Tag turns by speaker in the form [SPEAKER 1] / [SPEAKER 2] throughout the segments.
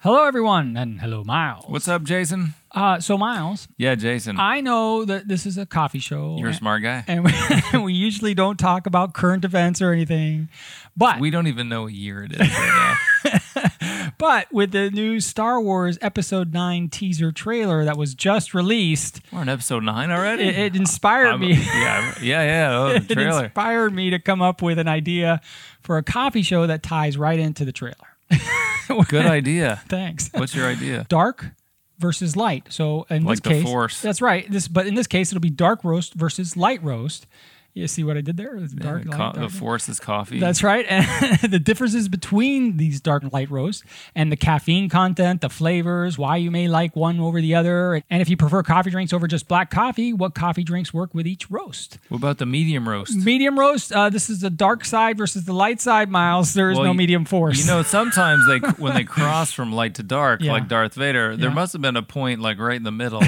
[SPEAKER 1] Hello, everyone, and hello, Miles.
[SPEAKER 2] What's up, Jason?
[SPEAKER 1] Uh, so, Miles,
[SPEAKER 2] Yeah, Jason.
[SPEAKER 1] I know that this is a coffee show.
[SPEAKER 2] You're a smart guy.
[SPEAKER 1] And we, and we usually don't talk about current events or anything. But
[SPEAKER 2] We don't even know what year it is right
[SPEAKER 1] but with the new Star Wars Episode 9 teaser trailer that was just released,
[SPEAKER 2] now. We're on episode nine already.
[SPEAKER 1] it, it inspired
[SPEAKER 2] I'm-
[SPEAKER 1] me.
[SPEAKER 2] yeah, I'm- yeah, yeah. Oh, the
[SPEAKER 1] It
[SPEAKER 2] trailer.
[SPEAKER 1] inspired me to come up with an idea for a coffee show that ties right into the trailer.
[SPEAKER 2] Good idea.
[SPEAKER 1] Thanks.
[SPEAKER 2] What's your idea?
[SPEAKER 1] dark versus light. So in
[SPEAKER 2] Like
[SPEAKER 1] this
[SPEAKER 2] the
[SPEAKER 1] case,
[SPEAKER 2] Force.
[SPEAKER 1] that's right. This, but in this case, it'll be dark roast versus light roast. You see what I did there? It's dark,
[SPEAKER 2] the,
[SPEAKER 1] light,
[SPEAKER 2] co-
[SPEAKER 1] dark.
[SPEAKER 2] the force is coffee.
[SPEAKER 1] That's right. And the differences between these dark and light roasts and the caffeine content, the flavors, why you may like one over the other, and if you prefer coffee drinks over just black coffee, what coffee drinks work with each roast.
[SPEAKER 2] what about the medium roast?
[SPEAKER 1] Medium roast, uh, this is the dark side versus the light side, Miles. There is
[SPEAKER 2] Well,
[SPEAKER 1] no
[SPEAKER 2] you-
[SPEAKER 1] medium force.
[SPEAKER 2] You know, sometimes they when they cross from light to dark,
[SPEAKER 1] Yeah.
[SPEAKER 2] like Darth Vader, there
[SPEAKER 1] Yeah.
[SPEAKER 2] must have been a point like right in the middle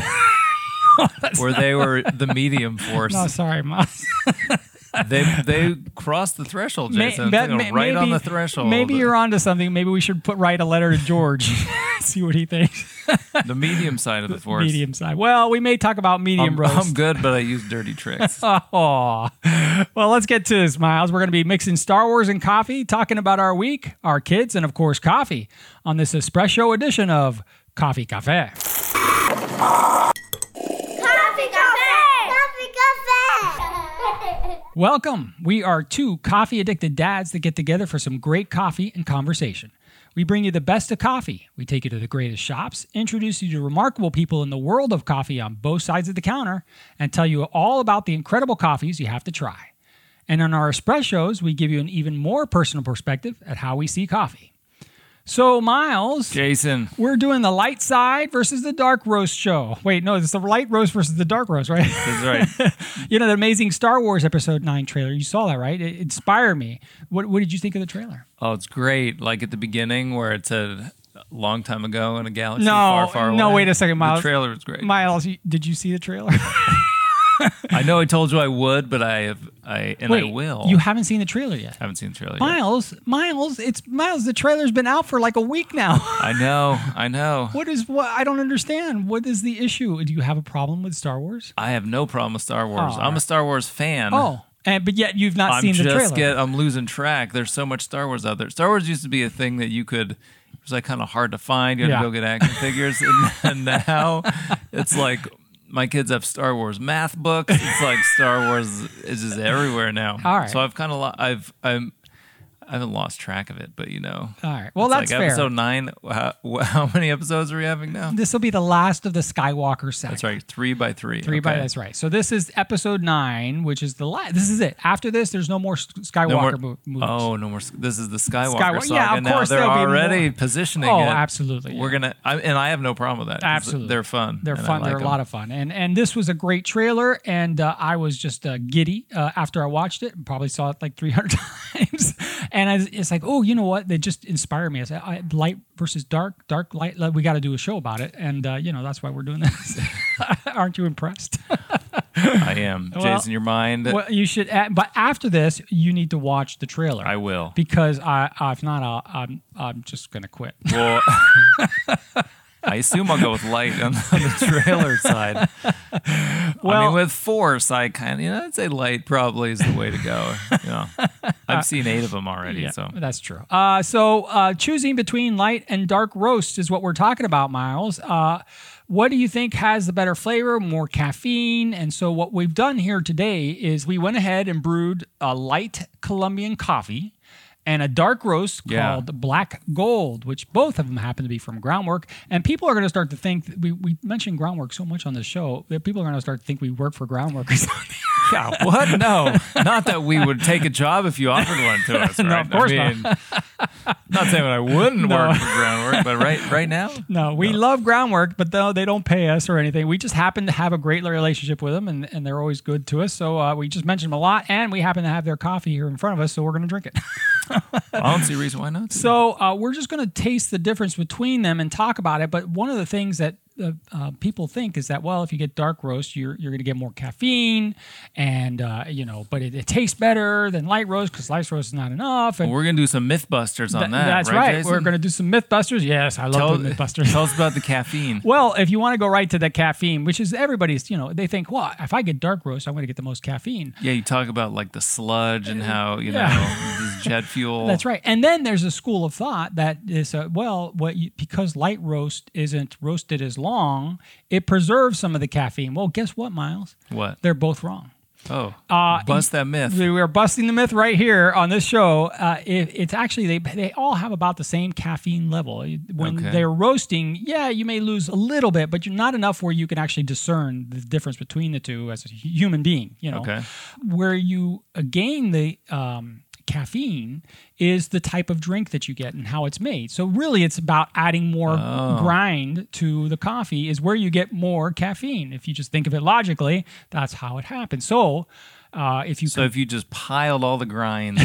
[SPEAKER 2] where they were the medium force.
[SPEAKER 1] no, sorry, Miles.
[SPEAKER 2] They they crossed the threshold,
[SPEAKER 1] May-
[SPEAKER 2] Jason.
[SPEAKER 1] that-
[SPEAKER 2] They were
[SPEAKER 1] may-
[SPEAKER 2] right on the
[SPEAKER 1] maybe-
[SPEAKER 2] threshold.
[SPEAKER 1] Maybe you're onto something. Maybe we should put write a letter to George, see what he thinks.
[SPEAKER 2] the medium side of the force.
[SPEAKER 1] Medium side. Well, we may talk about medium
[SPEAKER 2] I'm,
[SPEAKER 1] roast.
[SPEAKER 2] I'm good, but I use dirty tricks.
[SPEAKER 1] Oh, well, let's get to this, Miles. We're going to be mixing Star Wars and coffee, talking about our week, our kids, and of course, coffee on this espresso edition of Coffee Cafe.
[SPEAKER 3] Coffee Cafe! Coffee Cafe!
[SPEAKER 1] Welcome. We are two coffee addicted dads that get together for some great coffee and conversation. We bring you the best of coffee. We take you to the greatest shops, introduce you to remarkable people in the world of coffee on both sides of the counter, and tell you all about the incredible coffees you have to try. And on our espressos, we give you an even more personal perspective at how we see coffee. So, Miles,
[SPEAKER 2] Jason,
[SPEAKER 1] we're doing the light side versus the dark roast show. Wait, no, it's the light roast versus the dark roast, right?
[SPEAKER 2] that's right.
[SPEAKER 1] You know, the amazing Star Wars Episode 9 trailer. You saw that, right? It inspired me. What, what did you think of the trailer?
[SPEAKER 2] Oh, it's great. Like at the beginning where it said "A long time ago in a galaxy
[SPEAKER 1] No,
[SPEAKER 2] far, far away.
[SPEAKER 1] no, wait a second, Miles.
[SPEAKER 2] The trailer was great.
[SPEAKER 1] Miles, you- did you see the trailer?
[SPEAKER 2] I know I told you I would, but I have I and I will.
[SPEAKER 1] You haven't seen the trailer yet.
[SPEAKER 2] haven't seen the trailer yet.
[SPEAKER 1] Miles, Miles, it's Miles. The trailer's been out for like a week now.
[SPEAKER 2] I know, I know.
[SPEAKER 1] what is what? I don't understand. What is the issue? Do you have a problem with Star Wars?
[SPEAKER 2] I have no problem with Star Wars.
[SPEAKER 1] Oh.
[SPEAKER 2] I'm a Star Wars fan.
[SPEAKER 1] Oh, and but yet you've not
[SPEAKER 2] I'm
[SPEAKER 1] seen the
[SPEAKER 2] just
[SPEAKER 1] trailer.
[SPEAKER 2] get I'm losing track. There's so much Star Wars out there. Star Wars used to be a thing that you could it was like kind of hard to find. You had
[SPEAKER 1] Yeah.
[SPEAKER 2] to go get action figures, and, and now it's like my kids have Star Wars math books. It's like Star Wars is just everywhere now.
[SPEAKER 1] All right.
[SPEAKER 2] So I've kind of lo- I've I'm I haven't lost track of it, but you know.
[SPEAKER 1] All right. Well,
[SPEAKER 2] It's
[SPEAKER 1] that's
[SPEAKER 2] like
[SPEAKER 1] fair.
[SPEAKER 2] episode nine. How, how many episodes are we having now?
[SPEAKER 1] This will be the last of the Skywalker saga.
[SPEAKER 2] That's right, three by three.
[SPEAKER 1] Three by
[SPEAKER 2] Okay.
[SPEAKER 1] that's right. So this is episode nine, which is the last. This is it. After this, there's no more S- Skywalker
[SPEAKER 2] No more-
[SPEAKER 1] mo- movies.
[SPEAKER 2] oh, no more. This is the Skywalker
[SPEAKER 1] Skywalker-
[SPEAKER 2] saga.
[SPEAKER 1] yeah, of
[SPEAKER 2] now
[SPEAKER 1] course
[SPEAKER 2] they're
[SPEAKER 1] there'll be
[SPEAKER 2] already
[SPEAKER 1] more.
[SPEAKER 2] positioning
[SPEAKER 1] Oh,
[SPEAKER 2] it.
[SPEAKER 1] absolutely,
[SPEAKER 2] We're gonna, I, and I have no problem with that. 'cause
[SPEAKER 1] Absolutely.
[SPEAKER 2] they're fun.
[SPEAKER 1] They're
[SPEAKER 2] and I
[SPEAKER 1] fun.
[SPEAKER 2] like
[SPEAKER 1] They're a
[SPEAKER 2] 'em.
[SPEAKER 1] lot of fun, and and this was a great trailer, and uh, I was just uh, giddy uh, after I watched it. and Probably saw it like 300 times, and I, it's like, oh, you know what? They just inspired me. I said, I, light versus dark, dark light. like, We got to do a show about it, and uh, you know that's why we're doing this. Aren't you impressed?
[SPEAKER 2] I am,
[SPEAKER 1] Well-
[SPEAKER 2] Jason. Your mind.
[SPEAKER 1] well, you should. a- But after this, you need to watch the trailer.
[SPEAKER 2] I will.
[SPEAKER 1] because I, I- if not, I'll, I'm I'm just gonna quit.
[SPEAKER 2] Well, I assume I'll go with light on the trailer side. I
[SPEAKER 1] Well-
[SPEAKER 2] mean, with force, I kind of, you know, I'd say light probably is the way to go. You know, I've seen eight of them already, so
[SPEAKER 1] that's true. Uh, so uh, choosing between light and dark roast is what we're talking about, Miles. Uh, what do you think has the better flavor, more caffeine? And so what we've done here today is we went ahead and brewed a light Colombian coffee. And a dark roast
[SPEAKER 2] Yeah.
[SPEAKER 1] called Black Gold, which both of them happen to be from Groundwork. And people are going to start to think we, we mentioned Groundwork so much on the show that people are going to start to think we work for Groundwork or something.
[SPEAKER 2] Yeah, what? No, not that we would take a job if you offered one to us. Right?
[SPEAKER 1] No, of course
[SPEAKER 2] I
[SPEAKER 1] not.
[SPEAKER 2] mean, not. saying I wouldn't work for groundwork, but right, right now,
[SPEAKER 1] No, we love groundwork, but though they don't pay us or anything, we just happen to have a great relationship with them, and, and they're always good to us. So uh, we just mention them a lot, and we happen to have their coffee here in front of us, so we're going to drink it.
[SPEAKER 2] I don't see a reason why not.
[SPEAKER 1] so uh, we're just going to taste the difference between them and talk about it. But one of the things that uh, uh, people think is that well, if you get dark roast, you're you're going to get more caffeine, and uh, you know, but it, it tastes better than light roast because light roast is not enough. And
[SPEAKER 2] We're gonna do some MythBusters on
[SPEAKER 1] th-
[SPEAKER 2] that.
[SPEAKER 1] that's
[SPEAKER 2] right.
[SPEAKER 1] right. We're
[SPEAKER 2] Jason?
[SPEAKER 1] going to do some MythBusters. Yes, I love doing MythBusters.
[SPEAKER 2] tell us about the caffeine.
[SPEAKER 1] Well, if you want to go right to the caffeine, which is everybody's, you know, they think, well, if I get dark roast, I'm going to get the most caffeine.
[SPEAKER 2] Yeah, you talk about like the sludge and how you
[SPEAKER 1] Yeah.
[SPEAKER 2] know this jet fuel.
[SPEAKER 1] That's right. And then there's a school of thought that is, uh, well, what you, because light roast isn't roasted as long, it preserves some of the caffeine. Well, guess what, Miles?
[SPEAKER 2] What?
[SPEAKER 1] They're both wrong.
[SPEAKER 2] Oh,
[SPEAKER 1] Uh,
[SPEAKER 2] bust that myth.
[SPEAKER 1] We are busting the myth right here on this show. Uh, it, it's actually they they all have about the same caffeine level. When
[SPEAKER 2] Okay.
[SPEAKER 1] they're roasting, yeah, you may lose a little bit, but you're not enough where you can actually discern the difference between the two as a human being. You know,
[SPEAKER 2] Okay.
[SPEAKER 1] where you uh, gain the um, caffeine is the type of drink that you get and how it's made. So really, it's about adding more
[SPEAKER 2] Oh.
[SPEAKER 1] grind to the coffee is where you get more caffeine. If you just think of it logically, that's how it happens. So. Uh, if you
[SPEAKER 2] So if you just piled all the grinds,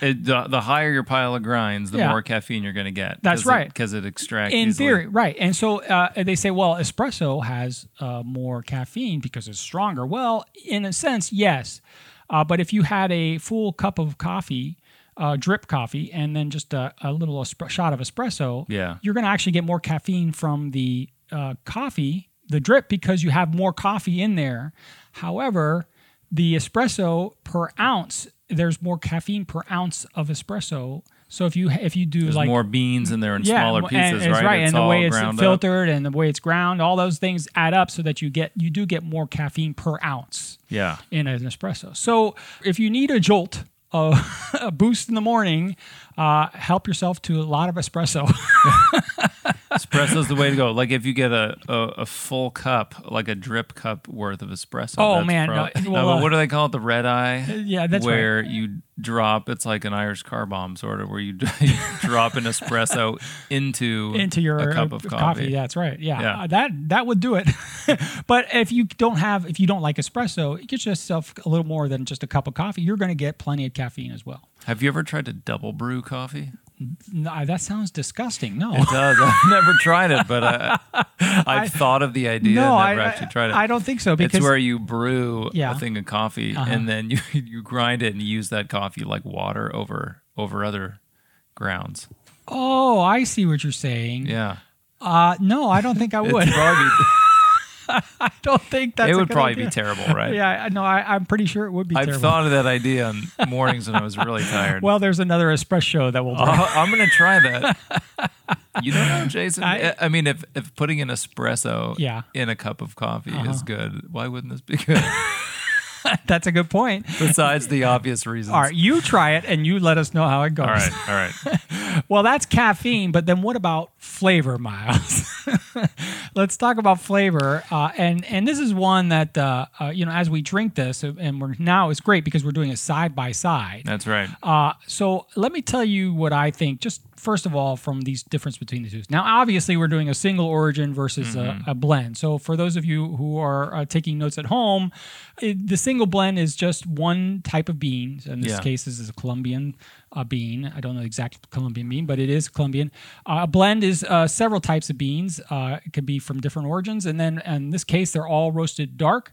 [SPEAKER 2] it, the, the higher your pile of grinds, the
[SPEAKER 1] Yeah.
[SPEAKER 2] more caffeine you're going to get.
[SPEAKER 1] That's right.
[SPEAKER 2] Because it extracts.
[SPEAKER 1] in
[SPEAKER 2] easily.
[SPEAKER 1] theory, right? And so uh, they say, well, espresso has uh, more caffeine because it's stronger. Well, in a sense, yes, uh, but if you had a full cup of coffee. Uh, drip coffee and then just a, a little espre- shot of espresso.
[SPEAKER 2] Yeah.
[SPEAKER 1] you're going to actually get more caffeine from the uh, coffee, the drip, because you have more coffee in there. However, the espresso per ounce, there's more caffeine per ounce of espresso. So if you if you do
[SPEAKER 2] There's
[SPEAKER 1] like
[SPEAKER 2] more beans in there in smaller
[SPEAKER 1] and-
[SPEAKER 2] pieces,
[SPEAKER 1] and it's
[SPEAKER 2] right? It's
[SPEAKER 1] and the
[SPEAKER 2] all
[SPEAKER 1] way it's
[SPEAKER 2] ground up.
[SPEAKER 1] filtered and the way it's ground, all those things add up so that you get you do get more caffeine per ounce
[SPEAKER 2] Yeah.
[SPEAKER 1] in an espresso. So if you need a jolt, a, a boost in the morning, uh, help yourself to a lot of espresso.
[SPEAKER 2] Espresso's the way to go. Like if you get a, a, a full cup, like a drip cup worth of espresso.
[SPEAKER 1] Oh,
[SPEAKER 2] that's
[SPEAKER 1] man,
[SPEAKER 2] prob-
[SPEAKER 1] no,
[SPEAKER 2] No,
[SPEAKER 1] well,
[SPEAKER 2] but
[SPEAKER 1] uh,
[SPEAKER 2] what do they call it? The red eye.
[SPEAKER 1] yeah, that's right.
[SPEAKER 2] where you drop. It's like an Irish car bomb sort of, where you, you drop an espresso into
[SPEAKER 1] into your
[SPEAKER 2] a cup
[SPEAKER 1] uh,
[SPEAKER 2] of coffee.
[SPEAKER 1] That's right. Yeah,
[SPEAKER 2] Yeah.
[SPEAKER 1] Uh, that that would do it. but if you don't have, if you don't like espresso, get yourself a little more than just a cup of coffee. You're going to get plenty of caffeine as well.
[SPEAKER 2] Have you ever tried to double brew coffee?
[SPEAKER 1] No, that sounds disgusting. No,
[SPEAKER 2] It does. I've never tried it, but I, I've thought of the idea.
[SPEAKER 1] no,
[SPEAKER 2] and
[SPEAKER 1] I,
[SPEAKER 2] never actually tried it.
[SPEAKER 1] I don't think so. Because
[SPEAKER 2] it's where you brew
[SPEAKER 1] Yeah. Uh-huh.
[SPEAKER 2] a thing of coffee and then you, you grind it and you use that coffee like water over over other grounds.
[SPEAKER 1] oh, I see what you're saying.
[SPEAKER 2] Yeah,
[SPEAKER 1] Uh, no, I don't think I
[SPEAKER 2] It's
[SPEAKER 1] would.
[SPEAKER 2] probably-
[SPEAKER 1] I don't think that's.
[SPEAKER 2] it
[SPEAKER 1] a
[SPEAKER 2] would
[SPEAKER 1] good
[SPEAKER 2] probably
[SPEAKER 1] idea.
[SPEAKER 2] be terrible, right?
[SPEAKER 1] Yeah, I- no, I, I'm pretty sure it would be
[SPEAKER 2] I've
[SPEAKER 1] terrible.
[SPEAKER 2] thought of that idea on mornings when I was really tired.
[SPEAKER 1] well, there's another espresso show that will.
[SPEAKER 2] Uh, I'm gonna try that. You don't know, Jason.
[SPEAKER 1] I-
[SPEAKER 2] I, I mean, if if putting an espresso
[SPEAKER 1] Yeah. Uh-huh.
[SPEAKER 2] in a cup of coffee is good, why wouldn't this be good?
[SPEAKER 1] that's a good point.
[SPEAKER 2] Besides the obvious reasons.
[SPEAKER 1] All right, you try it and you let us know how it goes.
[SPEAKER 2] all right, all right.
[SPEAKER 1] Well, that's caffeine, but then what about flavor, Miles? Let's talk about flavor, uh, and and this is one that uh, uh, you know as we drink this, uh, and we're now it's great because we're doing it side by side.
[SPEAKER 2] That's right.
[SPEAKER 1] Uh, so let me tell you what I think. Just first of all, from these difference between the two. Now, obviously, we're doing a single origin versus a, a blend. So for those of you who are uh, taking notes at home, it, the single blend is just one type of bean. So In this
[SPEAKER 2] Yeah.
[SPEAKER 1] case, this is a Colombian uh, bean. I don't know the exact Colombian bean, but it is Colombian. Uh, a blend is uh, several types of beans. Uh, it could be from different origins, and then in this case, they're all roasted dark.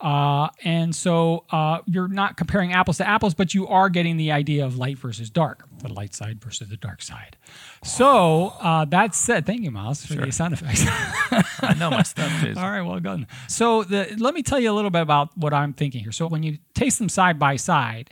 [SPEAKER 1] Uh, and so uh, you're not comparing apples to apples, but you are getting the idea of light versus dark, the light side versus the dark side. So uh, that said, thank you, Miles, for the sound effects.
[SPEAKER 2] I know my stuff, Jason.
[SPEAKER 1] All right, well done. So the, let me tell you a little bit about what I'm thinking here. So when you taste them side by side,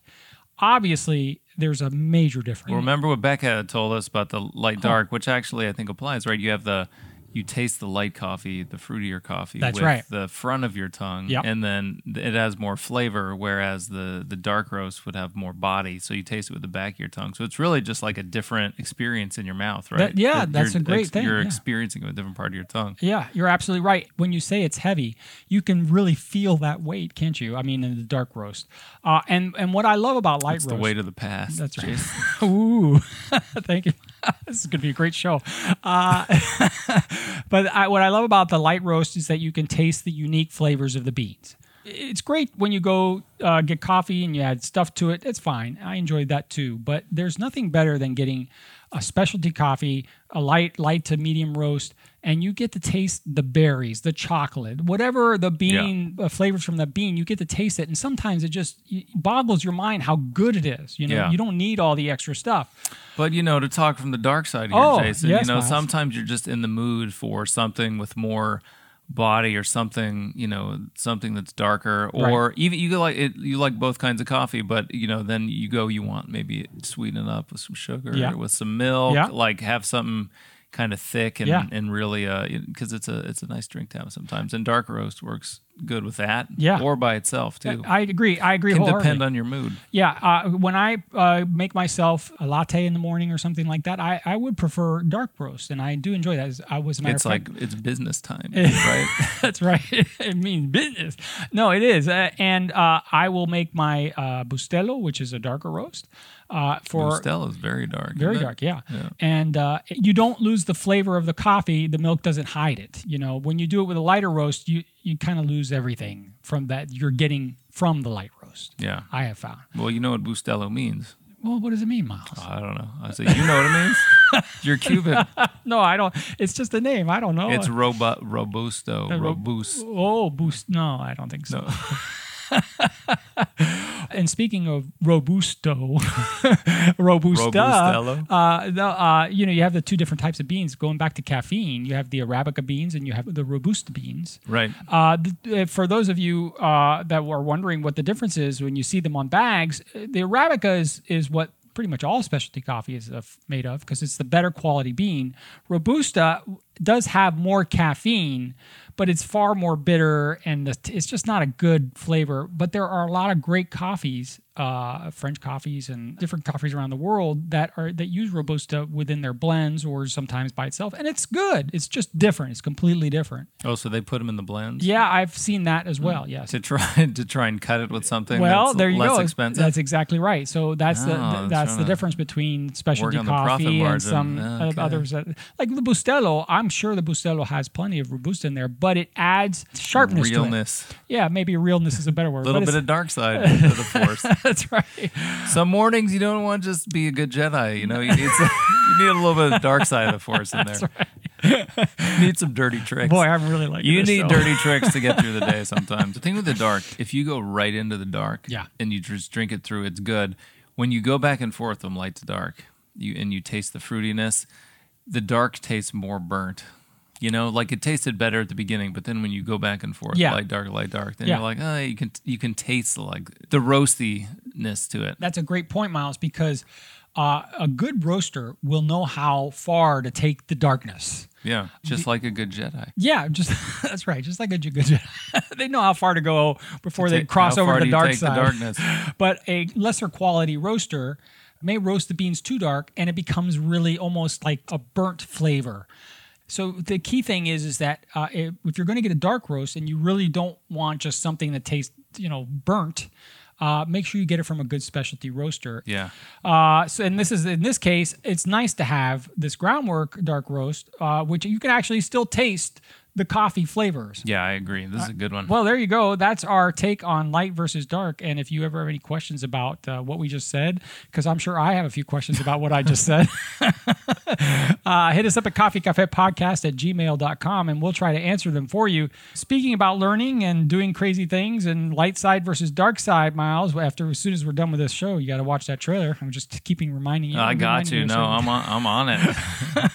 [SPEAKER 1] obviously there's a major difference.
[SPEAKER 2] Remember what Becca told us about the light dark, which actually I think applies, right? You have the you taste the light coffee, the fruitier coffee
[SPEAKER 1] That's
[SPEAKER 2] with
[SPEAKER 1] right.
[SPEAKER 2] the front of your tongue,
[SPEAKER 1] Yep.
[SPEAKER 2] and then it has more flavor, whereas the the dark roast would have more body. So you taste it with the back of your tongue. So it's really just like a different experience in your mouth, right?
[SPEAKER 1] That- yeah,
[SPEAKER 2] You're-
[SPEAKER 1] that's a
[SPEAKER 2] you're
[SPEAKER 1] great thing,
[SPEAKER 2] You're
[SPEAKER 1] yeah.
[SPEAKER 2] experiencing it with a different part of your tongue.
[SPEAKER 1] Yeah, you're absolutely right. When you say it's heavy, you can really feel that weight, can't you? I mean, in the dark roast. Uh, and and what I love about light
[SPEAKER 2] It's the
[SPEAKER 1] roast.
[SPEAKER 2] weight of the past.
[SPEAKER 1] That's right.
[SPEAKER 2] Jason.
[SPEAKER 1] Ooh, thank you. this is going to be a great show. Uh, but I, what I love about the light roast is that you can taste the unique flavors of the beans. it's great when you go uh, get coffee and you add stuff to it. It's fine. I enjoyed that too. But there's nothing better than getting a specialty coffee, a light, light to medium roast, and you get to taste the berries, the chocolate, whatever the bean uh, flavors from the bean. You get to taste it, and sometimes it just it boggles your mind how good it is. You know,
[SPEAKER 2] Yeah.
[SPEAKER 1] you don't need all the extra stuff.
[SPEAKER 2] But you know, to talk from the dark side here,
[SPEAKER 1] Oh,
[SPEAKER 2] Jason,
[SPEAKER 1] yes,
[SPEAKER 2] you know,
[SPEAKER 1] Miles.
[SPEAKER 2] sometimes you're just in the mood for something with more body or something, you know, something that's darker or even you like it you like both kinds of coffee, but you know, then you go you want maybe sweeten it up with some sugar
[SPEAKER 1] Yeah.
[SPEAKER 2] with some milk,
[SPEAKER 1] Yeah.
[SPEAKER 2] like have something kind of thick and
[SPEAKER 1] Yeah.
[SPEAKER 2] and really uh cuz it's a it's a nice drink to have sometimes and dark roast works good with that
[SPEAKER 1] Yeah.
[SPEAKER 2] or by itself too.
[SPEAKER 1] I agree. I agree.
[SPEAKER 2] can
[SPEAKER 1] wholeheartedly.
[SPEAKER 2] depend on your mood.
[SPEAKER 1] Yeah, uh, when I uh, make myself a latte in the morning or something like that, I, I would prefer dark roast, and I do enjoy that. As I was a matter
[SPEAKER 2] It's
[SPEAKER 1] of fact,
[SPEAKER 2] like it's business time, right?
[SPEAKER 1] that's right. it means business. No, it is, uh, and uh, I will make my uh, bustelo, which is a darker roast, uh, for
[SPEAKER 2] Stella is very dark.
[SPEAKER 1] very
[SPEAKER 2] isn't it?
[SPEAKER 1] dark. Yeah, and uh, you don't lose the flavor of the coffee. The milk doesn't hide it. You know, when you do it with a lighter roast, you you kind of lose everything from that you're getting from the light roast.
[SPEAKER 2] Yeah.
[SPEAKER 1] I have found.
[SPEAKER 2] Well, you know what Bustelo means.
[SPEAKER 1] Well, what does it mean, Miles?
[SPEAKER 2] I don't know. I say, you know what it means? You're Cuban.
[SPEAKER 1] No, I don't. It's just a name. I don't know.
[SPEAKER 2] It's robo- Robusto. Robust.
[SPEAKER 1] oh, boost. No, I don't think so. and speaking of robusto, robusta,
[SPEAKER 2] Robustello?
[SPEAKER 1] uh, the, uh, you know, you have the two different types of beans. Going back to caffeine, you have the arabica beans and you have the robusta beans.
[SPEAKER 2] Right.
[SPEAKER 1] Uh, th- uh, for those of you uh, that were wondering what the difference is when you see them on bags, uh, the Arabica is, is what pretty much all specialty coffee is uh, f- made of because it's the better quality bean. Robusta w- does have more caffeine, but it's far more bitter and the t- it's just not a good flavor. But there are a lot of great coffees, uh, French coffees and different coffees around the world that are that use Robusta within their blends or sometimes by itself, and it's good. It's just different. It's completely different.
[SPEAKER 2] Oh, so they put them in the blends?
[SPEAKER 1] Yeah, I've seen that as well. Yes.
[SPEAKER 2] Hmm. To try to try and cut it with something
[SPEAKER 1] Well,
[SPEAKER 2] that's
[SPEAKER 1] there you
[SPEAKER 2] less
[SPEAKER 1] go.
[SPEAKER 2] expensive.
[SPEAKER 1] That's exactly right. So that's
[SPEAKER 2] Oh,
[SPEAKER 1] the
[SPEAKER 2] I'm
[SPEAKER 1] that's
[SPEAKER 2] trying
[SPEAKER 1] the
[SPEAKER 2] to
[SPEAKER 1] difference between specialty
[SPEAKER 2] on the profit
[SPEAKER 1] coffee and
[SPEAKER 2] margin.
[SPEAKER 1] some
[SPEAKER 2] Yeah, okay.
[SPEAKER 1] uh, others that, like the Bustelo. I'm sure the Bustelo has plenty of robusta in there, but it adds sharpness
[SPEAKER 2] Realness.
[SPEAKER 1] to it. Yeah, maybe realness is a better word.
[SPEAKER 2] A little
[SPEAKER 1] but
[SPEAKER 2] bit
[SPEAKER 1] it's-
[SPEAKER 2] of dark side of the force.
[SPEAKER 1] that's right.
[SPEAKER 2] Some mornings you don't want to just be a good Jedi. You know, you need, some, you need a little bit of the dark side of the force in there. you need some dirty tricks.
[SPEAKER 1] Boy, I'm really like
[SPEAKER 2] You
[SPEAKER 1] this,
[SPEAKER 2] need
[SPEAKER 1] so-
[SPEAKER 2] dirty tricks to get through the day sometimes. The thing with the dark, if you go right into the dark
[SPEAKER 1] Yeah.
[SPEAKER 2] and you just drink it through, it's good. When you go back and forth from light to dark, you and you taste the fruitiness, the dark tastes more burnt. You know, like it tasted better at the beginning, but then when you go back and forth,
[SPEAKER 1] Yeah.
[SPEAKER 2] light dark, light dark, then
[SPEAKER 1] Yeah.
[SPEAKER 2] you're like, oh, you can you can taste like the roastiness to it.
[SPEAKER 1] That's a great point, Miles, because uh, a good roaster will know how far to take the darkness.
[SPEAKER 2] Yeah, just like a good Jedi.
[SPEAKER 1] Yeah, just that's right. Just like a Jugada, they know how far to go before they
[SPEAKER 2] Take-
[SPEAKER 1] cross
[SPEAKER 2] how
[SPEAKER 1] over
[SPEAKER 2] far
[SPEAKER 1] to
[SPEAKER 2] do
[SPEAKER 1] the
[SPEAKER 2] you
[SPEAKER 1] dark
[SPEAKER 2] take the
[SPEAKER 1] side.
[SPEAKER 2] darkness?
[SPEAKER 1] But a lesser quality roaster may roast the beans too dark, and it becomes really almost like a burnt flavor. So the key thing is is that uh, if if you're going to get a dark roast and you really don't want just something that tastes you know burnt, uh, make sure you get it from a good specialty roaster.
[SPEAKER 2] Yeah.
[SPEAKER 1] Uh, so, and this is in this case, it's nice to have this groundwork dark roast, uh, which you can actually still taste the coffee flavors.
[SPEAKER 2] Yeah, I agree. This is a good one.
[SPEAKER 1] Well, there you go. That's our take on light versus dark. And if you ever have any questions about uh, what we just said, because I'm sure I have a few questions about what I just said, uh, hit us up at coffeecafepodcast at gmail.com and we'll try to answer them for you. Speaking about learning and doing crazy things and light side versus dark side, Miles, after as soon as we're done with this show, you got to watch that trailer. I'm just keeping reminding you.
[SPEAKER 2] I got
[SPEAKER 1] reminding
[SPEAKER 2] you. No,
[SPEAKER 1] so-
[SPEAKER 2] I'm on, I'm on it.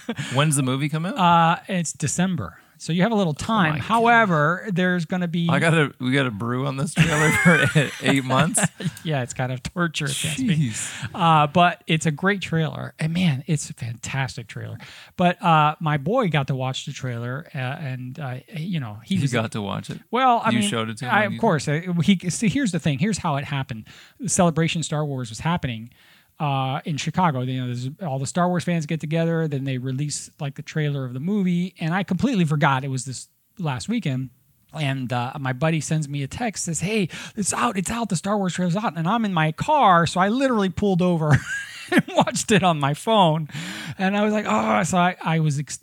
[SPEAKER 2] Um, When's the movie come out?
[SPEAKER 1] uh, it's December. So you have a little time.
[SPEAKER 2] God.
[SPEAKER 1] However, there's going to be
[SPEAKER 2] Oh I gotta we gotta brew on this trailer for eight months.
[SPEAKER 1] yeah, it's kind of torture. if you ask me. Uh, but it's a great trailer. And man, it's a fantastic trailer. But uh, my boy got to watch the trailer, uh, and uh, you know he
[SPEAKER 2] You
[SPEAKER 1] was
[SPEAKER 2] got to watch it.
[SPEAKER 1] well. I
[SPEAKER 2] you
[SPEAKER 1] mean,
[SPEAKER 2] showed it to him.
[SPEAKER 1] I,
[SPEAKER 2] on
[SPEAKER 1] of
[SPEAKER 2] YouTube?
[SPEAKER 1] course. uh, He see. Here's the thing. Here's how it happened. The celebration Star Wars was happening. Uh, in Chicago, you know, there's, all the Star Wars fans get together. Then they release like the trailer of the movie, and I completely forgot it was this last weekend. And uh, my buddy sends me a text says, "Hey, it's out! It's out! The Star Wars trailer's out!" And I'm in my car, so I literally pulled over and watched it on my phone. And I was like, "Oh!" So I, I was ex-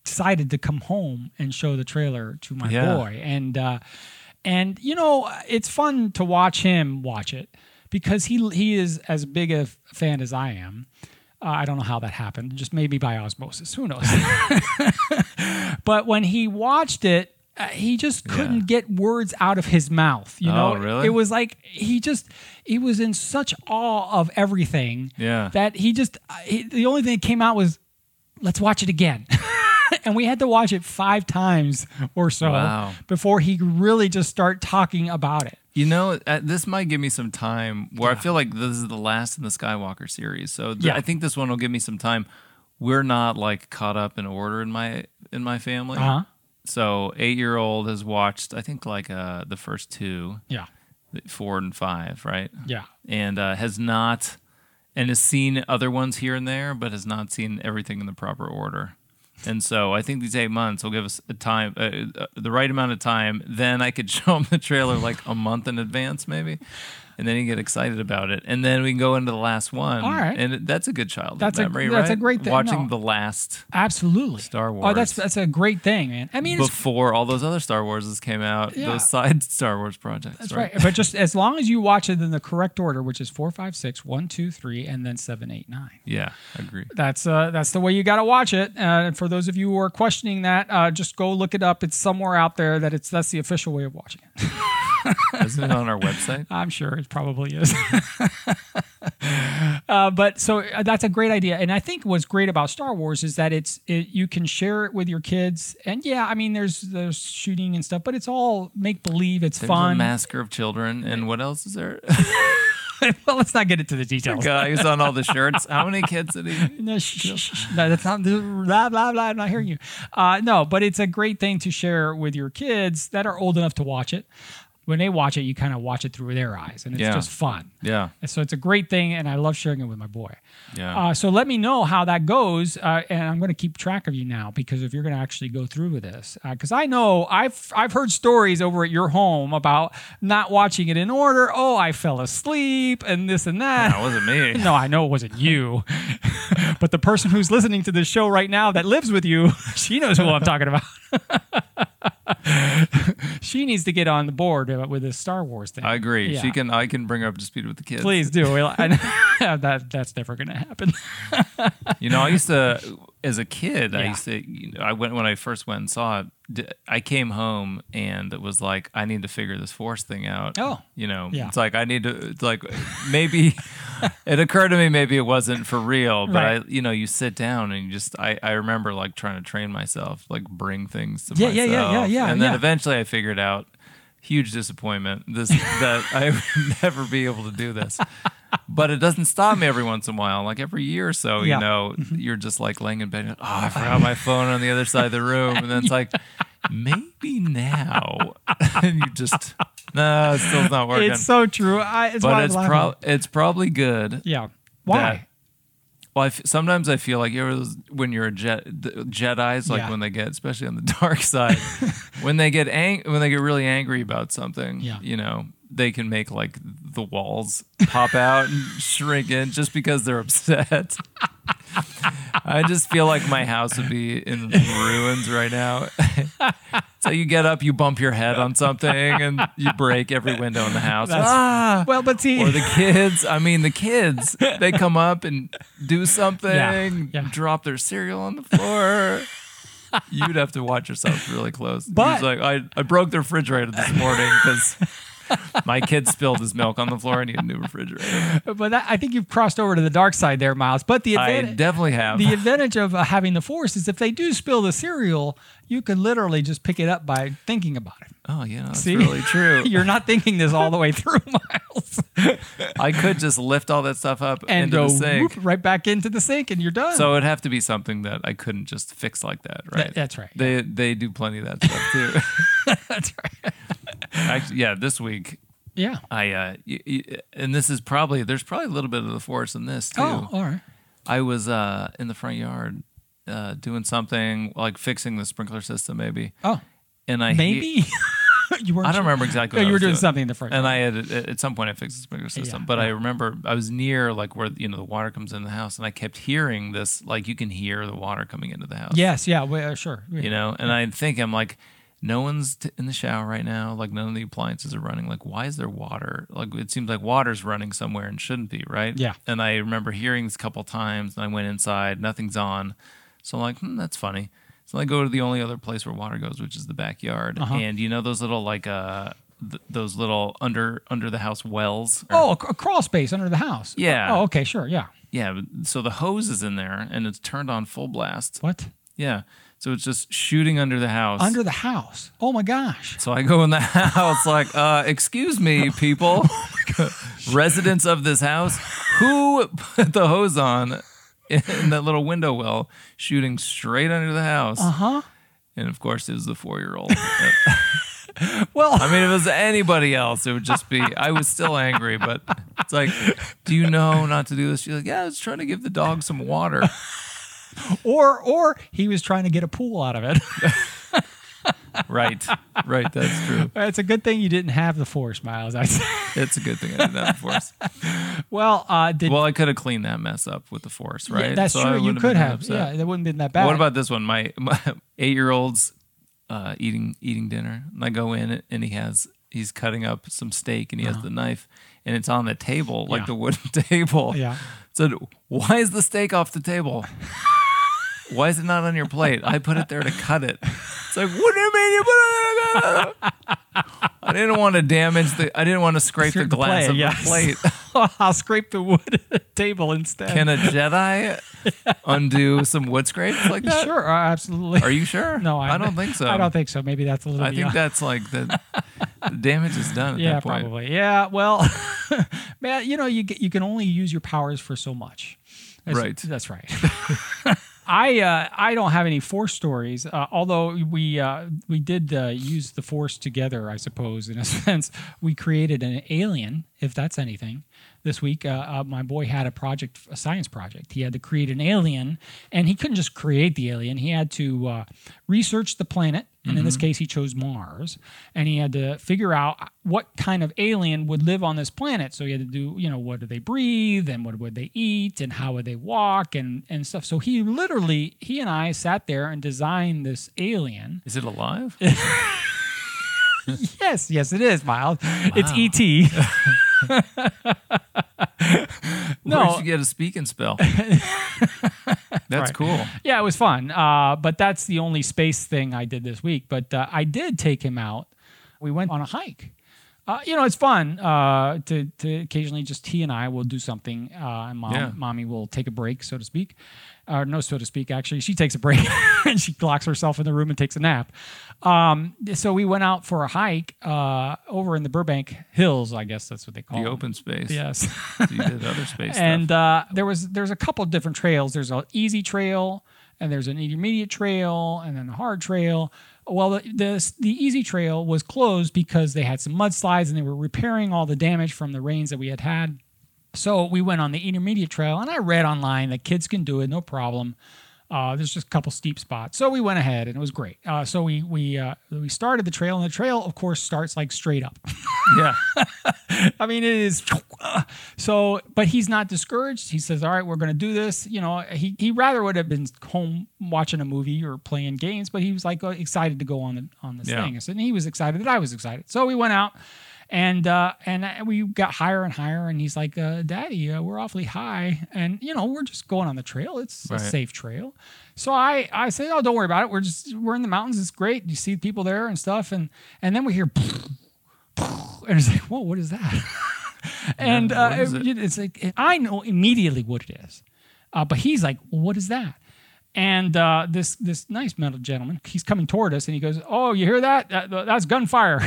[SPEAKER 1] excited to come home and show the trailer to my
[SPEAKER 2] Yeah.
[SPEAKER 1] boy, and uh, And you know, it's fun to watch him watch it because he he is as big a f- fan as I am. Uh, I don't know how that happened, just maybe by osmosis. Who knows? but when he watched it, uh, he just couldn't get words out of his mouth. You
[SPEAKER 2] Oh,
[SPEAKER 1] know,
[SPEAKER 2] really?
[SPEAKER 1] it was like he just he was in such awe of everything
[SPEAKER 2] Yeah.
[SPEAKER 1] that he just uh, he, the only thing that came out was, "Let's watch it again." and we had to watch it five times or so
[SPEAKER 2] Wow.
[SPEAKER 1] before he really just start talking about it.
[SPEAKER 2] You know, uh, this might give me some time where I feel like this is the last in the Skywalker series. So th-
[SPEAKER 1] Yeah.
[SPEAKER 2] I think this one will give me some time. We're not like caught up in order in my in my family.
[SPEAKER 1] Uh-huh.
[SPEAKER 2] So eight year old has watched I think like uh, the first two,
[SPEAKER 1] Yeah,
[SPEAKER 2] th- four and five, right?
[SPEAKER 1] yeah,
[SPEAKER 2] And uh, has not and has seen other ones here and there, but has not seen everything in the proper order. And so I think these eight months will give us a time, uh, uh, the right amount of time. Then I could show him the trailer like a month in advance, maybe, and then he get excited about it, and then we can go into the last one.
[SPEAKER 1] All right.
[SPEAKER 2] and it- that's a good childhood
[SPEAKER 1] That's a-
[SPEAKER 2] memory,
[SPEAKER 1] that's a
[SPEAKER 2] right?
[SPEAKER 1] great thing,
[SPEAKER 2] Watching
[SPEAKER 1] no.
[SPEAKER 2] the last
[SPEAKER 1] absolutely.
[SPEAKER 2] Star
[SPEAKER 1] Oh, that's
[SPEAKER 2] Wars.
[SPEAKER 1] that's a great thing, man. I mean, it's
[SPEAKER 2] before all those other Star Warses came out,
[SPEAKER 1] Yeah.
[SPEAKER 2] those side Star Wars projects.
[SPEAKER 1] That's right. But just as long as you watch it in the correct order, which is four, five, six, one, two, three, and then seven, eight, nine.
[SPEAKER 2] Yeah, agree.
[SPEAKER 1] That's uh, that's the way you got to watch it. Uh, and for those of you who are questioning that, uh, just go look it up. It's somewhere out there that it's that's the official way of watching it.
[SPEAKER 2] Isn't it on our website?
[SPEAKER 1] I'm sure it probably is. uh, but so uh, that's a great idea, and I think what's great about Star Wars is that it's it, you can share it with your kids. And yeah, I mean, there's there's shooting and stuff, but it's all make believe. It's
[SPEAKER 2] There's a
[SPEAKER 1] fun.
[SPEAKER 2] massacre of children, and what else is there?
[SPEAKER 1] well, let's not get into the details.
[SPEAKER 2] guy who's on all the shirts. How many kids did he?
[SPEAKER 1] No, shh, shh, shh, shh. no, that's not blah blah blah. I'm not hearing you. Uh, no, but it's a great thing to share with your kids that are old enough to watch it. When they watch it, you kind of watch it through their eyes, and it's
[SPEAKER 2] Yeah.
[SPEAKER 1] just fun.
[SPEAKER 2] Yeah,
[SPEAKER 1] And so it's a great thing, and I love sharing it with my boy.
[SPEAKER 2] yeah.
[SPEAKER 1] Uh, so let me know how that goes, uh, and I'm going to keep track of you now because if you're going to actually go through with this, because I know I've I've heard stories over at your home about not watching it in order. Oh, I fell asleep, and this and that.
[SPEAKER 2] that wasn't me.
[SPEAKER 1] No, I know it wasn't you, but the person who's listening to this show right now that lives with you, she knows who I'm talking about. she needs to get on the board uh, with this Star Wars thing.
[SPEAKER 2] I agree.
[SPEAKER 1] Yeah.
[SPEAKER 2] She can. I can bring her up to speed with the kids.
[SPEAKER 1] Please do. We'll- I- that that's never gonna happen.
[SPEAKER 2] You know, I used to, as a kid, I
[SPEAKER 1] Yeah.
[SPEAKER 2] used to. You know, I went when I first went and saw it. d- I came home and it was like, I need to figure this force thing out.
[SPEAKER 1] Oh.
[SPEAKER 2] you know,
[SPEAKER 1] Yeah.
[SPEAKER 2] it's like I need to. It's like maybe it occurred to me maybe it wasn't for real, but
[SPEAKER 1] Right.
[SPEAKER 2] I, you know, you sit down and you just. I I remember like trying to train myself, like bring things to
[SPEAKER 1] Yeah, yeah,
[SPEAKER 2] myself.
[SPEAKER 1] yeah, yeah, yeah,
[SPEAKER 2] And then
[SPEAKER 1] yeah.
[SPEAKER 2] eventually I figured out. Huge disappointment. This that I would never be able to do this but it doesn't stop me every once in a while. Like every year or so,
[SPEAKER 1] Yeah. Mm-hmm.
[SPEAKER 2] you know, you're just like laying in bed, and, oh, I forgot my phone on the other side of the room, and then it's like, maybe now, and you just no, it's still not working.
[SPEAKER 1] It's so true. I, it's why
[SPEAKER 2] but
[SPEAKER 1] I'm
[SPEAKER 2] it's
[SPEAKER 1] laughing.
[SPEAKER 2] pro- it's probably good.
[SPEAKER 1] yeah. Why?
[SPEAKER 2] Well, I f- sometimes I feel like you know, those- when you're a jet, the Jedi's like
[SPEAKER 1] Yeah.
[SPEAKER 2] when they get, especially on the dark side, when they get ang- when they get really angry about something,
[SPEAKER 1] Yeah.
[SPEAKER 2] you know, they can make like the walls pop out and shrink in just because they're upset. I just feel like my house would be in ruins right now. so you get up, you bump your head on something, and you break every window in the house. ah!
[SPEAKER 1] Uh, Well, but see,
[SPEAKER 2] or the kids. I mean, the kids, they come up and do something,
[SPEAKER 1] yeah.
[SPEAKER 2] drop their cereal on the floor. You'd have to watch yourself really close.
[SPEAKER 1] But-
[SPEAKER 2] He's like, I, I broke the refrigerator this morning because my kid spilled his milk on the floor. I need a new refrigerator.
[SPEAKER 1] but that, I think you've crossed over to the dark side there, Miles. But the
[SPEAKER 2] I
[SPEAKER 1] advantage.
[SPEAKER 2] definitely have.
[SPEAKER 1] the advantage of uh, having the force is if they do spill the cereal, you could literally just pick it up by thinking about it.
[SPEAKER 2] oh, yeah, that's
[SPEAKER 1] See?
[SPEAKER 2] really true.
[SPEAKER 1] You're not thinking this all the way through, Miles.
[SPEAKER 2] I could just lift all that stuff up
[SPEAKER 1] And
[SPEAKER 2] into
[SPEAKER 1] go
[SPEAKER 2] the sink.
[SPEAKER 1] whoop, right back into the sink and you're done.
[SPEAKER 2] So it'd have to be something that I couldn't just fix like that, right?
[SPEAKER 1] that's right.
[SPEAKER 2] They they do plenty of that stuff too.
[SPEAKER 1] that's right.
[SPEAKER 2] Actually, yeah, this week
[SPEAKER 1] Yeah.
[SPEAKER 2] I uh, y- y- and this is probably there's probably a little bit of the force in this too.
[SPEAKER 1] Oh, all right.
[SPEAKER 2] I was uh in the front yard uh doing something like fixing the sprinkler system maybe,
[SPEAKER 1] Oh,
[SPEAKER 2] and I he-
[SPEAKER 1] maybe. you weren't
[SPEAKER 2] I don't
[SPEAKER 1] sure.
[SPEAKER 2] remember exactly.
[SPEAKER 1] No,
[SPEAKER 2] what I
[SPEAKER 1] you were
[SPEAKER 2] was
[SPEAKER 1] doing something in the front
[SPEAKER 2] and I had at- at some point I fixed the sprinkler system,
[SPEAKER 1] Yeah,
[SPEAKER 2] but I remember I was near like where you know the water comes in the house, and I kept hearing this like you can hear the water coming into the house.
[SPEAKER 1] Yes. Yeah. we- uh, sure.
[SPEAKER 2] you know and i think i'm like no one's t- in the shower right now. Like none of the appliances are running. Like why is there water? Like it seems like water's running somewhere and shouldn't be, right?
[SPEAKER 1] Yeah.
[SPEAKER 2] And I remember hearing this a couple times, and I went inside. Nothing's on, so I'm like, hmm, that's funny. So I go to the only other place where water goes, which is the backyard.
[SPEAKER 1] Uh-huh.
[SPEAKER 2] And you know those little like uh th- those little under under the house wells. or-
[SPEAKER 1] Oh, a, a crawl space under the house.
[SPEAKER 2] Yeah.
[SPEAKER 1] Oh, okay, sure, yeah.
[SPEAKER 2] yeah. but- So the hose is in there and it's turned on full blast.
[SPEAKER 1] What?
[SPEAKER 2] Yeah. So it's just shooting under the house.
[SPEAKER 1] Under the house. Oh my gosh.
[SPEAKER 2] so I go in the house like, uh, excuse me, people, residents of this house, who put the hose on in that little window well, shooting straight under the house? Uh
[SPEAKER 1] Uh-huh.
[SPEAKER 2] And of course, it was the four year old.
[SPEAKER 1] Well,
[SPEAKER 2] I mean, if it was anybody else, it would just be. I was still angry, but it's like, do you know not to do this? She's like, yeah, I was trying to give the dog some water.
[SPEAKER 1] or or he was trying to get a pool out of it.
[SPEAKER 2] Right, right. That's true.
[SPEAKER 1] it's a good thing you didn't have the force, Miles. I say.
[SPEAKER 2] It's a good thing I didn't have the force.
[SPEAKER 1] Well, uh, did
[SPEAKER 2] Well, I could have cleaned that mess up with the force,
[SPEAKER 1] yeah,
[SPEAKER 2] right?
[SPEAKER 1] that's
[SPEAKER 2] So I
[SPEAKER 1] true. You
[SPEAKER 2] wouldn't
[SPEAKER 1] could
[SPEAKER 2] been that
[SPEAKER 1] have.
[SPEAKER 2] upset.
[SPEAKER 1] Yeah, that wouldn't have been that
[SPEAKER 2] But
[SPEAKER 1] bad.
[SPEAKER 2] What about this one? My, my eight year old's uh, eating eating dinner, and I go in, and he has he's cutting up some steak, and he has the knife, and it's on the table,
[SPEAKER 1] Uh-huh.
[SPEAKER 2] like
[SPEAKER 1] Yeah.
[SPEAKER 2] the wooden table.
[SPEAKER 1] Yeah.
[SPEAKER 2] So why is the steak off the table? why is it not on your plate? I put it there to cut it. It's like, what do you mean you put it? on the- I didn't want to damage the. I didn't want to scrape the
[SPEAKER 1] Scrape the
[SPEAKER 2] glass
[SPEAKER 1] plate,
[SPEAKER 2] of
[SPEAKER 1] yes.
[SPEAKER 2] the plate.
[SPEAKER 1] I'll scrape the wood at the table instead.
[SPEAKER 2] Can a Jedi undo some wood scrapes like that?
[SPEAKER 1] sure, uh, absolutely.
[SPEAKER 2] Are you sure?
[SPEAKER 1] No, I,
[SPEAKER 2] I don't think so.
[SPEAKER 1] I don't think so. Maybe that's a little.
[SPEAKER 2] I think
[SPEAKER 1] beyond-
[SPEAKER 2] that's like the, the damage is done at
[SPEAKER 1] Yeah,
[SPEAKER 2] that point.
[SPEAKER 1] probably. Yeah. Well, man, you know, you get, you can only use your powers for so much. That's,
[SPEAKER 2] Right.
[SPEAKER 1] That's right. I uh, I don't have any force stories, uh, although we uh, we did uh, use the force together, I suppose. In a sense, we created an alien, if that's anything. This week, uh, uh, my boy had a project, a science project. He had to create an alien, and he couldn't just create the alien. He had to uh, research the planet, and in this case, he chose Mars, and he had to figure out what kind of alien would live on this planet. So he had to do, you know, what do they breathe, and what would they eat, and how would they walk, and and stuff. So he literally, he and I sat there and designed this alien.
[SPEAKER 2] Is it alive?
[SPEAKER 1] Yes, yes, it is, Miles. It's E ET.
[SPEAKER 2] Where
[SPEAKER 1] no,
[SPEAKER 2] did you get a speaking spell? That's
[SPEAKER 1] Right.
[SPEAKER 2] cool.
[SPEAKER 1] yeah, it was fun. Uh, but that's the only space thing I did this week. But uh, I did take him out. We went on a hike. Uh, you know, it's fun uh, to to occasionally just he and I will do something, uh, and mom,
[SPEAKER 2] Yeah.
[SPEAKER 1] mommy will take a break, so to speak, or no, so to speak. Actually, she takes a break and she locks herself in the room and takes a nap. Um, so we went out for a hike uh, over in the Burbank Hills, I guess that's what they call
[SPEAKER 2] The
[SPEAKER 1] it.
[SPEAKER 2] open space.
[SPEAKER 1] Yes.
[SPEAKER 2] So you did other space
[SPEAKER 1] and
[SPEAKER 2] stuff.
[SPEAKER 1] uh, there was there's a couple different trails. There's an easy trail, and there's an intermediate trail, and then a hard trail. Well, the, the the easy trail was closed because they had some mudslides and they were repairing all the damage from the rains that we had had. So we went on the intermediate trail, and I read online that kids can do it, no problem. Uh, there's just a couple steep spots, so we went ahead, and it was great. Uh, so we we uh, we started the trail, and the trail, of course, starts like straight up.
[SPEAKER 2] yeah.
[SPEAKER 1] I mean, it is uh, so, but he's not discouraged. He says, All right, we're going to do this. You know, he, he rather would have been home watching a movie or playing games, but he was like uh, excited to go on the, on this
[SPEAKER 2] Yeah.
[SPEAKER 1] thing. And he was excited that I was excited. So we went out and, uh, and I- we got higher and higher. And he's like, uh, Daddy, uh, we're awfully high. And, you know, we're just going on the trail. It's
[SPEAKER 2] Right.
[SPEAKER 1] a safe trail. So I, I said, Oh, don't worry about it. We're just, we're in the mountains. It's great. You see people there and stuff. And, and then we hear, and it's like, whoa, what is that? and
[SPEAKER 2] Yeah,
[SPEAKER 1] uh,
[SPEAKER 2] what is
[SPEAKER 1] it-
[SPEAKER 2] it?
[SPEAKER 1] it's like I know immediately what it is, uh, but he's like, well, what is that? And uh, this this nice metal gentleman, he's coming toward us, and he goes, "Oh, you hear that? that that's gunfire."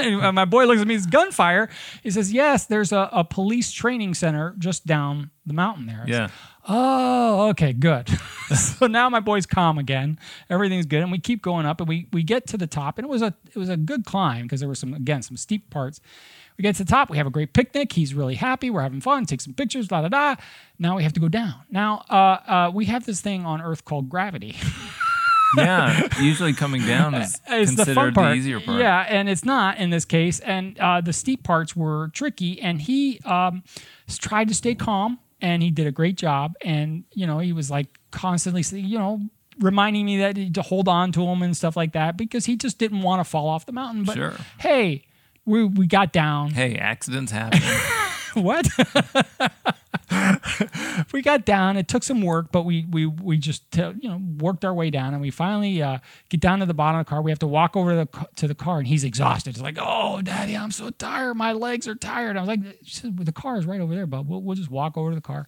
[SPEAKER 1] and uh, my boy looks at me, it's gunfire. He says, "Yes, there's a, a police training center just down the mountain there." I said,
[SPEAKER 2] Yeah.
[SPEAKER 1] Oh, okay, good. so now my boy's calm again. Everything's good, and we keep going up, and we we get to the top, and it was a it was a good climb because there were some again some steep parts. We get to the top, we have a great picnic. He's really happy. We're having fun. Take some pictures. La da da. Now we have to go down. Now uh, uh, we have this thing on Earth called gravity.
[SPEAKER 2] Yeah. Usually coming down is
[SPEAKER 1] it's the fun
[SPEAKER 2] considered the,
[SPEAKER 1] part.
[SPEAKER 2] easier part.
[SPEAKER 1] Yeah, and it's not in this case. And uh, the steep parts were tricky, and he um, s- tried to stay calm, and he did a great job. And you know, he was like constantly, saying, you know, reminding me that to hold on to him and stuff like that because he just didn't want to fall off the mountain. But
[SPEAKER 2] Sure.
[SPEAKER 1] hey, we we got down.
[SPEAKER 2] Hey, accidents happen.
[SPEAKER 1] what? we got down. It took some work, but we we we just t- you know worked our way down, and we finally uh, get down to the bottom of the car. We have to walk over to the ca- to the car, and he's exhausted. He's like, "Oh, Daddy, I'm so tired. My legs are tired." I was like, she said, "Well, "The car is right over there, bub. We'll, we'll just walk over to the car."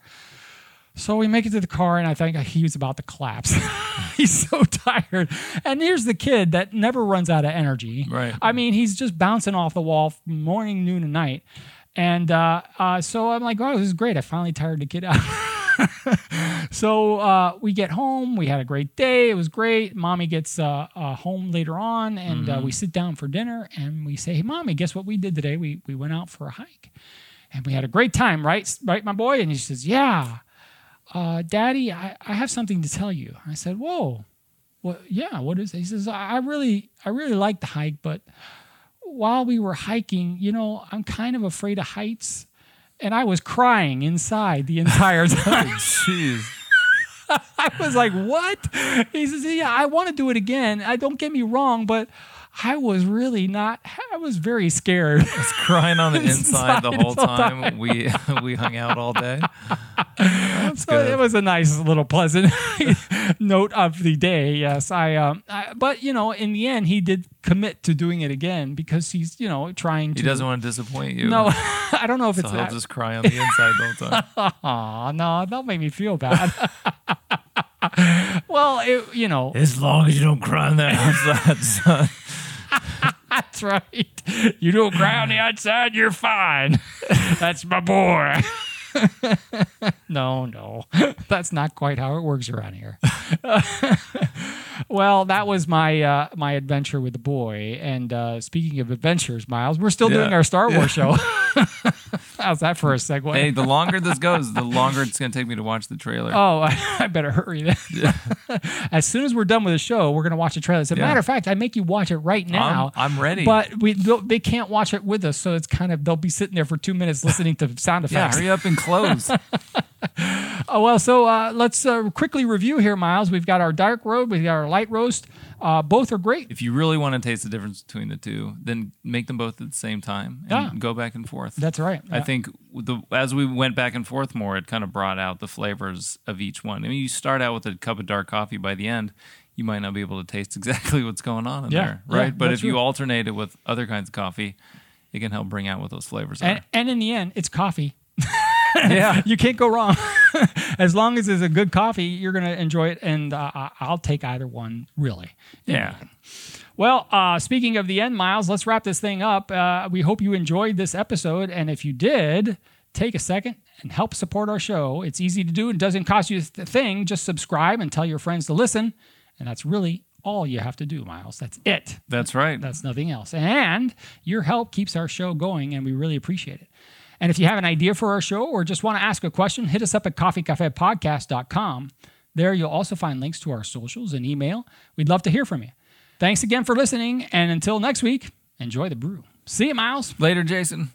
[SPEAKER 1] So we make it to the car, and I think uh, he was about to collapse. he's so tired. And here's the kid that never runs out of energy.
[SPEAKER 2] Right.
[SPEAKER 1] I mean, he's just bouncing off the wall from morning, noon, and night. And uh, uh, so I'm like, oh, this is great. I finally tired the kid out. so uh, we get home. We had a great day. It was great. Mommy gets uh, uh, home later on, and uh, we sit down for dinner, and we say, hey, Mommy, guess what we did today? We, we went out for a hike. And we had a great time, right? Right, my boy? And he says, Yeah uh, Daddy, I, I have something to tell you. I said, Whoa, well, yeah, what is it? He says, I I really, I really like the hike, but while we were hiking, you know, I'm kind of afraid of heights. And I was crying inside the entire time.
[SPEAKER 2] Oh, Jeez.
[SPEAKER 1] I was like, what? He says, yeah, I want to do it again. I don't get me wrong, but I was really not, I was very scared.
[SPEAKER 2] Crying on the inside, the
[SPEAKER 1] Inside
[SPEAKER 2] whole time. We we hung out all day.
[SPEAKER 1] So
[SPEAKER 2] good.
[SPEAKER 1] it was a nice little pleasant note of the day. Yes, I, um, I. But you know, in the end, he did commit to doing it again because he's you know trying to.
[SPEAKER 2] He doesn't want to disappoint you.
[SPEAKER 1] No, I don't know if
[SPEAKER 2] So
[SPEAKER 1] it's
[SPEAKER 2] he'll
[SPEAKER 1] that.
[SPEAKER 2] just cry on the inside the whole time.
[SPEAKER 1] Aw, no, that made me feel bad. well, it, you know,
[SPEAKER 2] As long as you don't cry on the outside, son.
[SPEAKER 1] that's right. You don't cry on the outside, you're fine. That's my boy. no, no, that's not quite how it works around here. well, that was my uh, my adventure with the boy. And uh, speaking of adventures, Miles, we're still doing
[SPEAKER 2] Yeah.
[SPEAKER 1] our Star Wars show. How's that for a segue?
[SPEAKER 2] Hey, the longer this goes, the longer it's going to take me to watch the trailer.
[SPEAKER 1] Oh, I, better hurry then. as soon as we're done with the show, we're gonna watch the trailer. As a
[SPEAKER 2] Yeah.
[SPEAKER 1] matter of fact, I make you watch it right now.
[SPEAKER 2] I'm ready.
[SPEAKER 1] But we they'll- they can't watch it with us, so it's kind of they'll be sitting there for two minutes listening to sound
[SPEAKER 2] yeah,
[SPEAKER 1] effects.
[SPEAKER 2] hurry up and close.
[SPEAKER 1] oh well, so uh, let's uh, quickly review here, Miles. We've got our dark road, we've got our light roast. Uh, both are great.
[SPEAKER 2] if you really want to taste the difference between the two, then make them both at the same time and
[SPEAKER 1] Yeah.
[SPEAKER 2] go back and forth.
[SPEAKER 1] That's right.
[SPEAKER 2] I think the as we went back and forth more, it kind of brought out the flavors of each one. I mean, you start out with a cup of dark coffee. By the end, you might not be able to taste exactly what's going on in
[SPEAKER 1] Yeah,
[SPEAKER 2] there,
[SPEAKER 1] yeah,
[SPEAKER 2] right? but
[SPEAKER 1] that's
[SPEAKER 2] if you
[SPEAKER 1] true.
[SPEAKER 2] alternate it with other kinds of coffee, it can help bring out what those flavors
[SPEAKER 1] and, and in the end, it's coffee.
[SPEAKER 2] are. yeah,
[SPEAKER 1] You can't go wrong. as long as it's a good coffee, you're gonna enjoy it, and uh, I- I'll take either one really.
[SPEAKER 2] yeah.
[SPEAKER 1] Well, uh, speaking of the end, Miles, let's wrap this thing up. Uh, we hope you enjoyed this episode. And if you did, take a second and help support our show. It's easy to do, it doesn't cost you a th- thing. Just subscribe and tell your friends to listen. And that's really all you have to do, Miles. That's it.
[SPEAKER 2] That's right.
[SPEAKER 1] That's nothing else. And your help keeps our show going, and we really appreciate it. And if you have an idea for our show or just want to ask a question, hit us up at coffeecafepodcast.com. There you'll also find links to our socials and email. We'd love to hear from you. Thanks again for listening, and until next week, enjoy the brew. See you, Miles.
[SPEAKER 2] Later, Jason.